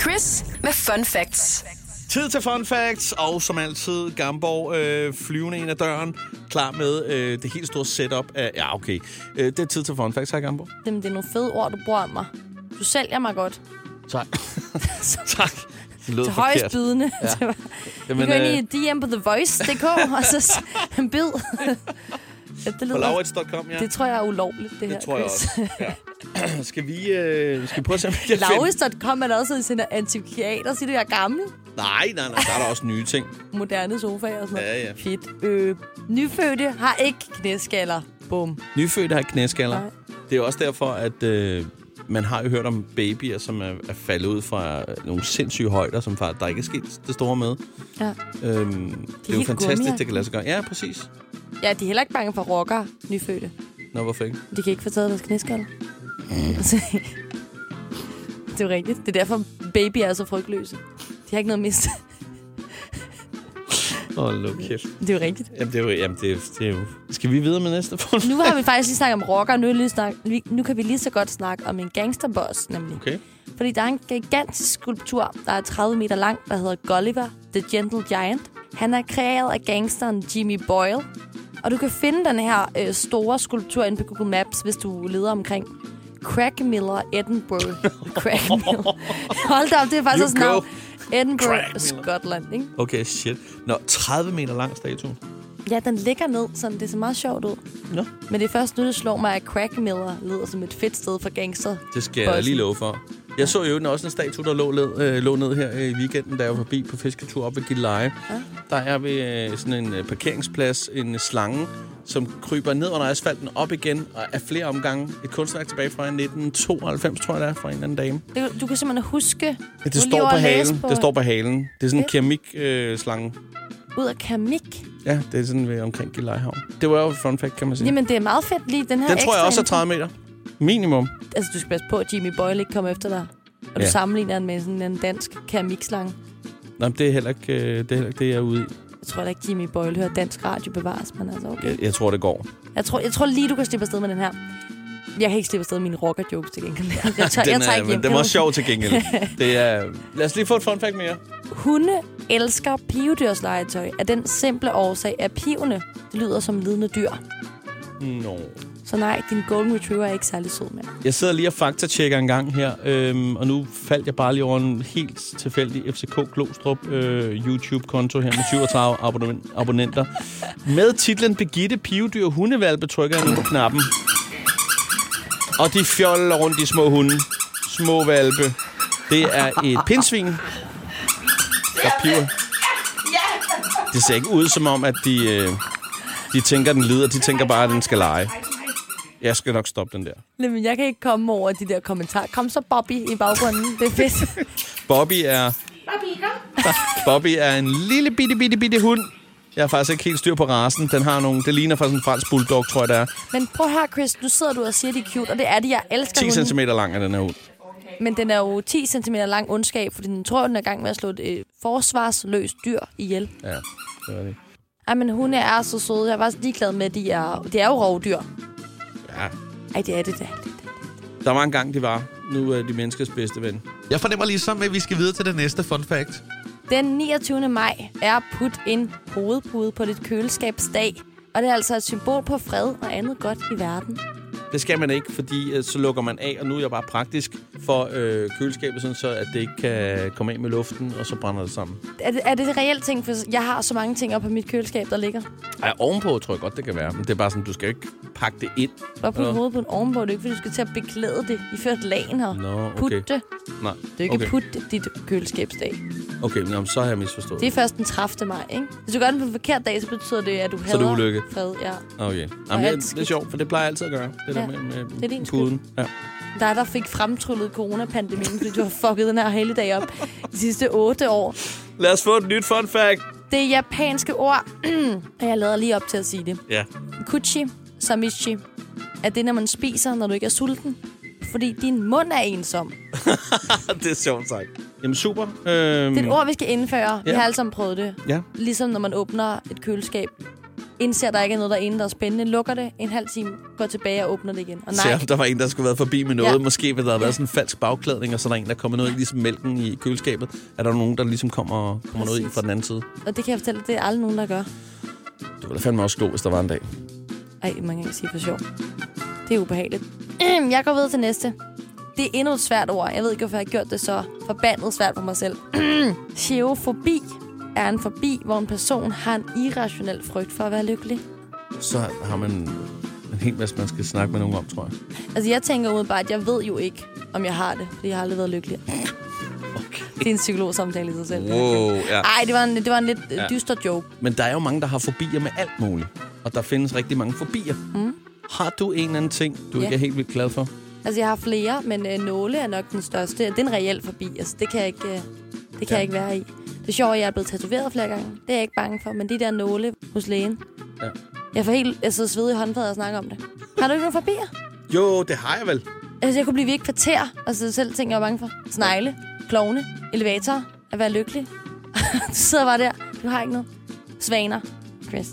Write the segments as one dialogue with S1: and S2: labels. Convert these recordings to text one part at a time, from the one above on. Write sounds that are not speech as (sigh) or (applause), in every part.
S1: Chris med Fun Facts.
S2: Tid til fun facts, og som altid, Gamborg øh, flyvende ind ad døren, klar med øh, det helt store setup af... Ja, okay. Øh, det er tid til fun facts her, Gamborg.
S3: Jamen, det er nogle fede ord, du bruger om mig. Du sælger mig godt.
S2: Tak. (laughs) tak. Det lød
S3: Til højst
S2: forkert.
S3: bydende. Ja. (laughs) Det var, Men, du går
S2: øh,
S3: ind i DM på TheVoice.dk,
S2: (laughs)
S3: og så s- en bid. (laughs) ja, det,
S2: På
S3: lyder,
S2: laurits.com, ja.
S3: det tror jeg er ulovligt, det, her,
S2: det tror jeg
S3: Chris.
S2: også.
S3: (laughs)
S2: Ja. skal vi øh, skal vi prøve at se, om vi kan finde...
S3: Laurits.com er der også sådan en antikviater. Siger du, jeg er gammel?
S2: Nej, nej, nej. Der er der også nye ting.
S3: Moderne sofaer og sådan noget.
S2: Ja, ja.
S3: Fedt. Øh, nyfødte har ikke knæskaller. Bum.
S2: Nyfødte har ikke knæskaller.
S3: Nej.
S2: Det er også derfor, at øh, man har jo hørt om babyer, som er, er faldet ud fra nogle sindssyge højder, som far, der ikke er sket det store med.
S3: Ja.
S2: Øhm, det er jo
S3: helt
S2: fantastisk,
S3: gummier.
S2: det kan lade sig gøre. Ja, præcis.
S3: ja, de er heller ikke bange for rocker, nyfødte.
S2: Nå, hvorfor ikke?
S3: De kan ikke få taget deres knæskaller. (laughs) det er jo rigtigt. Det er derfor, babyer er så frygtløse. De har ikke noget at miste. (laughs)
S2: Åh, oh, luk kæft.
S3: Det er jo rigtigt.
S2: Jamen, det er jo, jamen det, er, det er jo... Skal vi videre med næste (laughs) fund?
S3: Nu har vi faktisk lige snakket om rocker, nu, er det lige snak, vi- nu kan vi lige så godt snakke om en gangsterboss, nemlig.
S2: Okay.
S3: Fordi der er en gigantisk skulptur, der er 30 meter lang, der hedder Gulliver, The Gentle Giant. Han er kreeret af gangsteren Jimmy Boyle. Og du kan finde den her øh, store skulptur inde på Google Maps, hvis du leder omkring. Craig Miller, Edinburgh.
S2: (laughs)
S3: Craig Miller. Hold da op, det er faktisk
S2: You
S3: også navn.
S2: go. Craig
S3: Edinburgh,
S2: Miller.
S3: Skotland, ikke?
S2: Okay, shit. Nå, 30 meter lang statue.
S3: Ja, den ligger ned, sådan det ser meget sjovt ud.
S2: Nå.
S3: Men det er først nu, det slår mig, at Crack Miller lyder som et fedt sted for gangster.
S2: Det skal jeg
S3: Bossen.
S2: lige love for. Jeg så jo også en statue, der lå, led, øh, lå ned her øh, i weekenden, da jeg var forbi på fisketur op ved Gilleleje. Ja. Der er ved øh, sådan en øh, parkeringsplads en øh, slange, som kryber ned under asfalten op igen og er flere omgange. Et kunstværk tilbage fra 1992, tror jeg det er, fra en eller anden dame.
S3: Det, du kan simpelthen huske...
S2: Men
S3: Du
S2: det står
S3: lever
S2: på
S3: og læse
S2: halen.
S3: på-
S2: Det står på halen. Det er sådan en
S3: Ja.
S2: keramikslange. Øh, slange.
S3: Ud af keramik.
S2: ja, det er sådan ved omkring Gillelejehavn. Det var jo et fun fact, kan man sige. Jamen,
S3: Jamen, det er meget fedt lige den her
S2: Den tror jeg
S3: ekstra
S2: også er
S3: info.
S2: 30 meter. Minimum.
S3: Altså, du skal passe på, at Jimmy Boyle ikke kommer efter dig. Og du
S2: Ja.
S3: sammenligner den med sådan en dansk keramikslange.
S2: Nå, men det er heller ikke, øh, det, er heller ikke det, jeg er ude i.
S3: Jeg tror da ikke, Jimmy Boyle hører dansk radio bevares, men altså okay.
S2: Jeg, jeg tror, det går.
S3: Jeg tror, jeg tror lige, du kan slippe afsted med den her. Jeg kan ikke slippe afsted med mine rocker-jokes til gengæld. Jeg
S2: (laughs)
S3: tager,
S2: den
S3: jeg tager
S2: er,
S3: ikke hjem.
S2: men den var sjov til gengæld.
S3: (laughs)
S2: det er, lad os lige få et fun fact mere.
S3: Hunde elsker pivedyrslegetøj af den simple årsag, at pivene det lyder som lidende dyr.
S2: No.
S3: Så nej, din golden retriever er ikke særlig sød mere.
S2: Jeg sidder lige og faktatjekker en gang her, øhm, og nu faldt jeg bare lige over en helt tilfældig FCK Glostrup øh, YouTube-konto her med 37 abonnement, abonnenter. Med titlen Begitte Pivedyr Hundevalg trykker jeg nu på knappen. Og de fjoller rundt de små hunde. Små valpe. Det er et pindsvin, der piver. Det ser ikke ud som om, at de, øh, de tænker, den lider. De tænker bare, at den skal lege. Jeg skal nok stoppe den der.
S3: Jamen, jeg kan ikke komme over de der kommentarer. Kom så, Bobby, i baggrunden. Det er (laughs) fedt.
S2: Bobby er... (laughs) Bobby er en lille bitte, bitte, bitte hund. Jeg har faktisk ikke helt styr på rasen. Den har nogle... Det ligner faktisk en fransk bulldog, tror jeg, det er.
S3: Men prøv her, Chris. Nu sidder du og siger, de er cute, og det er de. Jeg elsker
S2: 10
S3: hunden.
S2: cm lang er den her hund.
S3: Men den er jo 10 cm lang ondskab, fordi den tror, den er i gang med at slå et øh, forsvarsløst dyr ihjel.
S2: Ja, det var det.
S3: Ej, men hunde er så søde. Jeg var også ligeglad med, at de er, det er jo rovdyr.
S2: Ja.
S3: Ej, det er det da.
S2: Der var en gang, de var. Nu er de menneskets bedste ven.
S4: Jeg fornemmer ligesom, at vi skal videre til det næste fun fact.
S3: Den 29. maj er put en hovedpude på dit køleskabsdag. Og det er altså et symbol på fred og andet godt i verden.
S2: Det skal man ikke, fordi øh, så lukker man af, og nu er jeg bare praktisk for øh, køleskabet, sådan så at det ikke kan komme af med luften, og så brænder det sammen.
S3: Er det, er det en reelt ting? For jeg har så mange ting op på mit køleskab, der ligger.
S2: Ej, ovenpå tror jeg godt, det kan være. Men det er bare sådan, du skal ikke pakke det ind.
S3: Bare på
S2: Nå.
S3: hovedet på en ovenpå. Det er ikke, fordi du skal til at beklæde det. I ført lagen her.
S2: Nå, okay.
S3: Putte. Det
S2: Nej,
S3: er ikke
S2: okay.
S3: okay. putte dit køleskabsdag.
S2: Okay, men jamen, så har jeg misforstået.
S3: Det er først den 30. maj, ikke? Hvis du gør den på en forkert dag, så betyder det, at du hader
S2: er det ulykke.
S3: fred. Ja.
S2: Okay.
S3: Og
S2: Jamen,
S3: alt
S2: det, det er
S3: skidt.
S2: sjovt, for det plejer jeg altid at gøre. Det der
S3: Ja,
S2: med, med
S3: det er din skyld.
S2: puden. Ja.
S3: Der er der fik fremtryllet coronapandemien, fordi du har fucket den her helligdag op de sidste otte år.
S2: Lad os få et nyt fun fact.
S3: Det japanske ord, (clears throat) og jeg lader lige op til at sige det.
S2: Ja.
S3: Kuchi, samichi, er det, når man spiser, når du ikke er sulten. Fordi din mund er ensom.
S2: (laughs) det er sjovt sagt. Jamen, super. Øhm,
S3: Det er et ord, vi skal indføre. Vi
S2: Ja.
S3: har alle sammen prøvet det.
S2: Ja.
S3: Ligesom når man åbner et køleskab. indser, at der ikke er noget derinde, der er spændende, lukker det en halv time, går tilbage og åbner det igen. Og
S2: Nej.
S3: nej,
S2: Se, der var en, der skulle have været forbi med noget. Ja.
S3: Ja.
S2: Måske ville der have været sådan en falsk bagklædning, og så er der en, der kommer noget i, ligesom mælken i køleskabet. Er der nogen, der ligesom kommer, kommer noget i
S3: Præcis.
S2: fra den anden side?
S3: og det kan jeg fortælle, det er aldrig nogen, der gør.
S2: Det ville da fandme også gå, hvis der var en dag.
S3: Ej, man kan ikke sige for sjov. Det er ubehageligt. (clears throat) Jeg går videre til næste. Det er endnu et svært ord. Jeg ved ikke, hvorfor jeg har gjort det så forbandet svært for mig selv. (clears throat) Geofobi er en fobi, hvor en person har en irrationel frygt for at være lykkelig.
S2: Så har man en hel masse, man skal snakke med nogen om, tror jeg.
S3: Altså, jeg tænker umiddelbart, at jeg ved jo ikke, om jeg har det, fordi jeg har aldrig været lykkelig. (clears throat)
S2: Okay.
S3: Det er en psykologsamtale i sig selv.
S4: Wow, ja.
S3: Ej, det var en, det var en lidt øh,
S2: Ja.
S3: dyster joke.
S2: Men der er jo mange, der har fobier med alt muligt. Og der findes rigtig mange fobier. Mm. Har du en eller anden ting, du
S3: Ja.
S2: ikke er helt vildt glad for?
S3: Altså, jeg har flere, men øh, nåle er nok den største. Det er en reel forbi. Altså, det kan jeg ikke, øh, det kan
S2: Ja.
S3: ja. jeg ikke være i. Det sjove er, at jeg er blevet tatoveret flere gange. Det er jeg ikke bange for, men de der nåle hos lægen.
S2: Ja.
S3: Ja. Jeg får helt altså, svedig håndflader og snakker om det. Har du ikke nogen forbier?
S2: Jo, det har jeg vel.
S3: Altså, jeg kunne blive ved et kvarter, og så selv ting, jeg var bange for. Snegle, klovne, elevator, at være lykkelig. (laughs) du sidder bare der. Du har ikke noget. Svaner. Chris.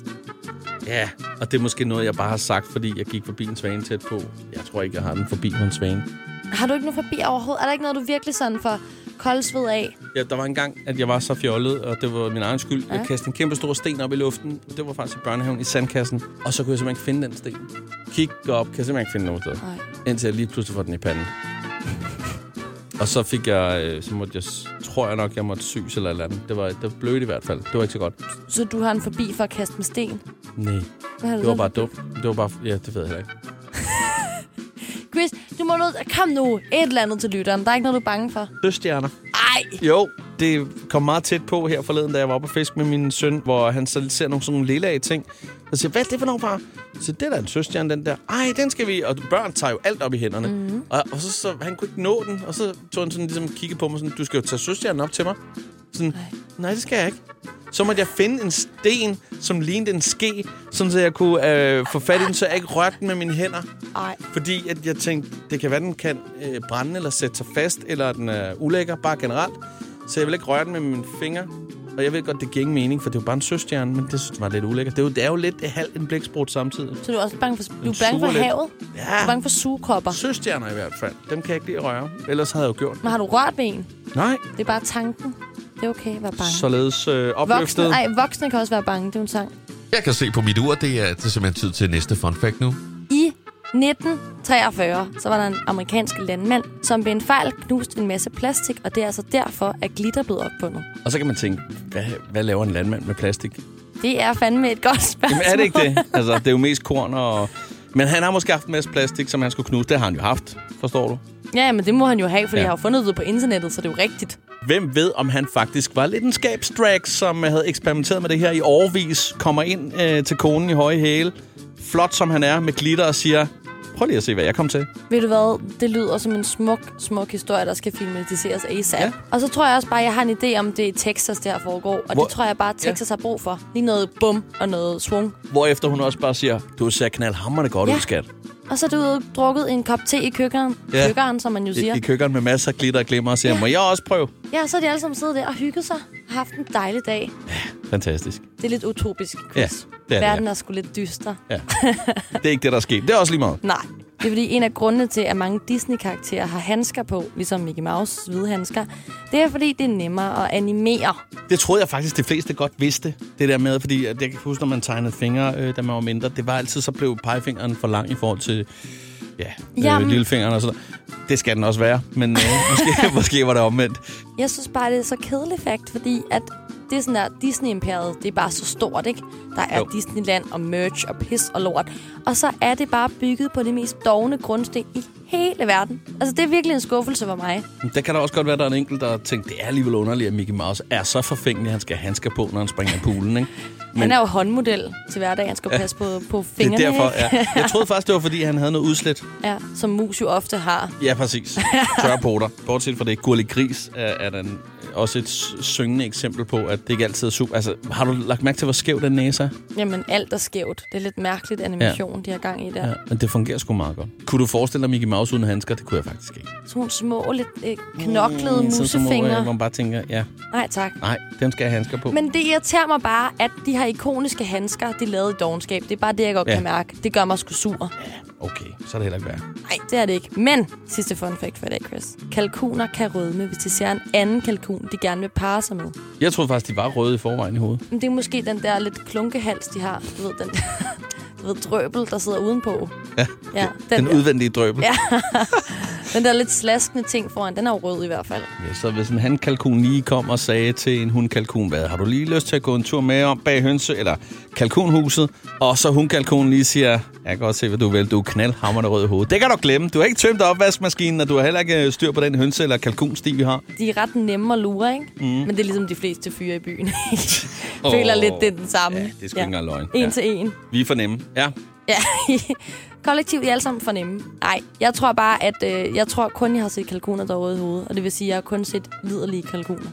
S2: Ja, og det er måske noget, jeg bare har sagt, fordi jeg gik forbi en svane tæt på. Jeg tror ikke, jeg har den forbi på en svane.
S3: Har du ikke nogen forbi overhovedet? Er der ikke noget, du virkelig sådan for koldsved af?
S2: Ja, der var en gang, at jeg var så fjollet, og det var min egen skyld. Ja. Jeg
S3: Ja.
S2: kastede en kæmpe stor sten op i luften. Det var faktisk i børnehaven i sandkassen. Og så kunne jeg simpelthen ikke finde den sten. Kig op, kan jeg simpelthen ikke finde noget sted.
S3: Nej.
S2: Indtil jeg lige pludselig får den i panden. og så fik jeg, øh, så måtte jeg, s- tror jeg nok, jeg måtte syes eller et eller andet. Det var, det var blødt i hvert fald. Det var ikke så godt.
S3: Så du har en forbi for at kaste med sten?
S2: Nej,
S3: Hvad har du
S2: det var
S3: så?
S2: bare dumt. Det var bare, ja, det ved jeg heller ikke.
S3: Chris, du må nød... Kom nu, et eller andet til lytteren. Der er ikke noget, du er bange for.
S2: Søstjerner.
S3: Ej!
S2: Jo, det kom meget tæt på her forleden, da jeg var oppe og fisk med min søn, hvor han så ser nogle sådan nogle lille ting. Og siger, hvad er det for nogle far? Så det er da en søstjerne, den der. Ej, den skal vi... Og børn tager jo alt op i hænderne. Mm-hmm. Og, og så, så, han kunne ikke nå den, og så tog han sådan ligesom kigge på mig sådan, du skal jo tage søstjernen op til mig. Sådan, nej, det skal jeg ikke. Så måtte jeg finde en sten, som lignede en ske, sådan så jeg kunne øh, få fat i den, så jeg ikke rørte den med mine hænder.
S3: Ej.
S2: Fordi at jeg tænkte, det kan være, den kan øh, brænde eller sætte sig fast, eller at den er ulækker, bare generelt. Så jeg vil ikke røre den med mine fingre. Og jeg ved godt, det giver ingen mening, for det er jo bare en søstjerne, men det synes jeg var lidt ulækker. Det er jo, det er jo lidt halv en blæksprut samtidig.
S3: Så du er også bange for, du er
S2: suger
S3: bange for
S2: lidt.
S3: havet? Du er
S2: Ja,
S3: bange for sugekopper?
S2: søstjerner i hvert fald. Dem kan jeg ikke lide at røre. Ellers havde jeg jo gjort.
S3: Men har du rørt ved en?
S2: Nej,
S3: Det er bare tanken. Det er okay at være bange.
S2: således øh,
S3: voksne,
S2: opløftet.
S3: ej, voksne kan også være bange. Det er jo en sang.
S4: Jeg kan se på mit ur, det er, det er simpelthen tid til næste fun fact nu.
S3: I 1943, så var der en amerikansk landmand, som ved en fejl knuste en masse plastik, og det er altså derfor, at glitter blev opfundet.
S2: Og så kan man tænke, hvad, hvad laver en landmand med plastik?
S3: Det er fandme et godt spørgsmål.
S2: Jamen er det ikke det? Altså, det er jo mest korn og... Men han har måske haft en masse plastik, som han skulle knuse. Det har han jo haft, forstår du?
S3: Ja, men det må han jo have, fordi
S2: Ja.
S3: ja. jeg har jo fundet det på internettet, så det er jo rigtigt.
S2: Hvem ved, om han faktisk var lidt en skabsdrag, som havde eksperimenteret med det her i årvis, kommer ind øh, til konen i høje hæle, flot som han er, med glitter og siger, prøv lige at se, hvad jeg kom til.
S3: Ved du hvad, det lyder som en smuk, smuk historie, der skal filmatiseres ASAP.
S2: Ja.
S3: Ja. Og så tror jeg også bare, at jeg har en idé om, det er i Texas, det her foregår. Og
S2: Hvor-
S3: det tror jeg bare, at
S2: Ja.
S3: Texas ja. har brug for. Lige noget bum og noget swung.
S2: Hvorefter hun også bare siger, du ser knaldhammerne godt ja.
S3: Ja.
S2: ud, skat.
S3: Og så er du ude og drukket en kop te i køkkenet,
S2: Ja.
S3: ja. køkkeren som man jo
S2: I,
S3: siger.
S2: I køkken med masser af glitter og glimmer og siger, ja. må jeg også prøve?
S3: Ja, så er de alle sammen siddet der og hygget sig og haft en dejlig dag.
S2: Fantastisk.
S3: Det er lidt utopisk,
S2: Ja,
S3: Chris.
S2: det er det,
S3: Verden
S2: ja.
S3: er sgu lidt dyster.
S2: (laughs) Ja. det er ikke det, der er sket. Det er også lige meget.
S3: Nej. Det er fordi en af grundene til, at mange Disney-karakterer har handsker på, ligesom Mickey Mouse hvide handsker, det er fordi, det er nemmere at animere.
S2: Det troede jeg faktisk, de fleste godt vidste, det der med, fordi at jeg kan huske, når man tegnede fingre, øh, da man var mindre, det var altid, så blev pegefingeren for lang i forhold til ja, øh,
S3: Jamen.
S2: lillefingeren og sådan Det skal den også være, men
S3: (laughs)
S2: øh, måske, måske var det omvendt.
S3: Jeg synes bare, det er så kedeligt fakt, fordi at det er sådan der, Disney-imperiet, det er bare så stort, ikke? Der er
S2: Jo.
S3: jo. Disneyland og merch og pis og lort. Og så er det bare bygget på det mest dogne grundsten i hele verden. Altså, det er virkelig en skuffelse for mig.
S2: Men Der kan da også godt være, at der er en enkelt, der tænkte, det er alligevel underligt, at Mickey Mouse er så forfængelig, at han skal have handsker på, når han springer i poolen, ikke?
S3: Men... Han er jo håndmodel til hverdag. Han skal jo passe på, på
S2: Det er
S3: fingrene,
S2: derfor,
S3: ikke?
S2: ja. Jeg troede faktisk, det var, fordi han havde noget udslæt.
S3: ja. Som mus jo ofte har.
S2: Ja, præcis. Tørre poter. Bortset fra det, Gurli Gris er, er den også et s- syngende eksempel på, at det ikke altid er super... Altså, har du lagt mærke til, hvor skæv den næse er?
S3: Jamen, alt er skævt. Det er lidt mærkeligt animation, ja. de har gang i der. Ja.
S2: Ja, men det fungerer sgu meget godt. Kunne du forestille dig Mickey Mouse uden handsker? Det kunne jeg faktisk ikke.
S3: Sådan nogle små, lidt øh, knoklede mm,
S2: Sådan som, hvor, øh,
S3: musefingre.
S2: Hvor man bare tænker, ja,
S3: Nej, tak.
S2: nej, dem skal jeg have handsker på. Men,
S3: Men det irriterer mig bare, at de her ikoniske handsker, de lavede i dogenskab. Det er bare det, jeg godt
S2: Ja.
S3: ja. kan mærke. Det gør mig sgu sur. Nej,
S2: okay, så er det heller ikke værd.
S3: det er det ikke. Men, sidste fun fact for i dag, Chris. Kalkuner kan rødme, hvis de ser en anden kalkun, de gerne vil parre sig med.
S2: Jeg troede faktisk, de var røde i forvejen i hovedet.
S3: Men det er måske den der lidt klunkehals, de har. Du ved, den der, du ved, drøbel, der sidder
S2: (laughs)
S3: udenpå.
S2: Ja,
S3: Ja,
S2: den,
S3: den,
S2: den
S3: der,
S2: udvendige drøbel. Ja.
S3: den der lidt slaskende ting foran, den er jo rød i hvert fald.
S2: Ja, så hvis en handkalkun lige kom og sagde til en hundkalkun, hvad har du lige lyst til at gå en tur med om bag hønse eller kalkunhuset? Og så hundkalkunen lige siger, jeg kan godt se, hvad du vil, du er knaldhammerende rød i hovedet. Det kan du glemme. Du har ikke tømt opvaskemaskinen, og du har heller ikke øh, styr på den hønse- eller kalkunsti, vi har.
S3: De er ret nemme at lure, ikke? Mm. Men det er ligesom de fleste fyre i byen. (laughs) Føler
S2: Åh.
S3: oh, lidt, det er den samme.
S2: Ja, det er sgu ikke engang løgn.
S3: En
S2: Ja.
S3: til en.
S2: Vi er for nemme. Ja,
S3: Ja. (laughs) Kollektivt, I er alle sammen fornemme. Nej, jeg tror bare, at øh, jeg tror kun, jeg har set kalkuner derude i hovedet. Og det vil sige, at jeg har kun set liderlige kalkuner.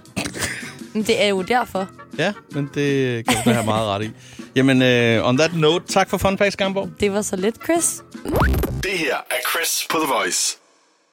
S3: Men det er jo derfor.
S2: ja, men det kan du da have meget ret i. Jamen, øh, on that note, tak for Fun Facts, Gamborg.
S3: Det var så lidt, Chris.
S5: Det her er Chris på The Voice.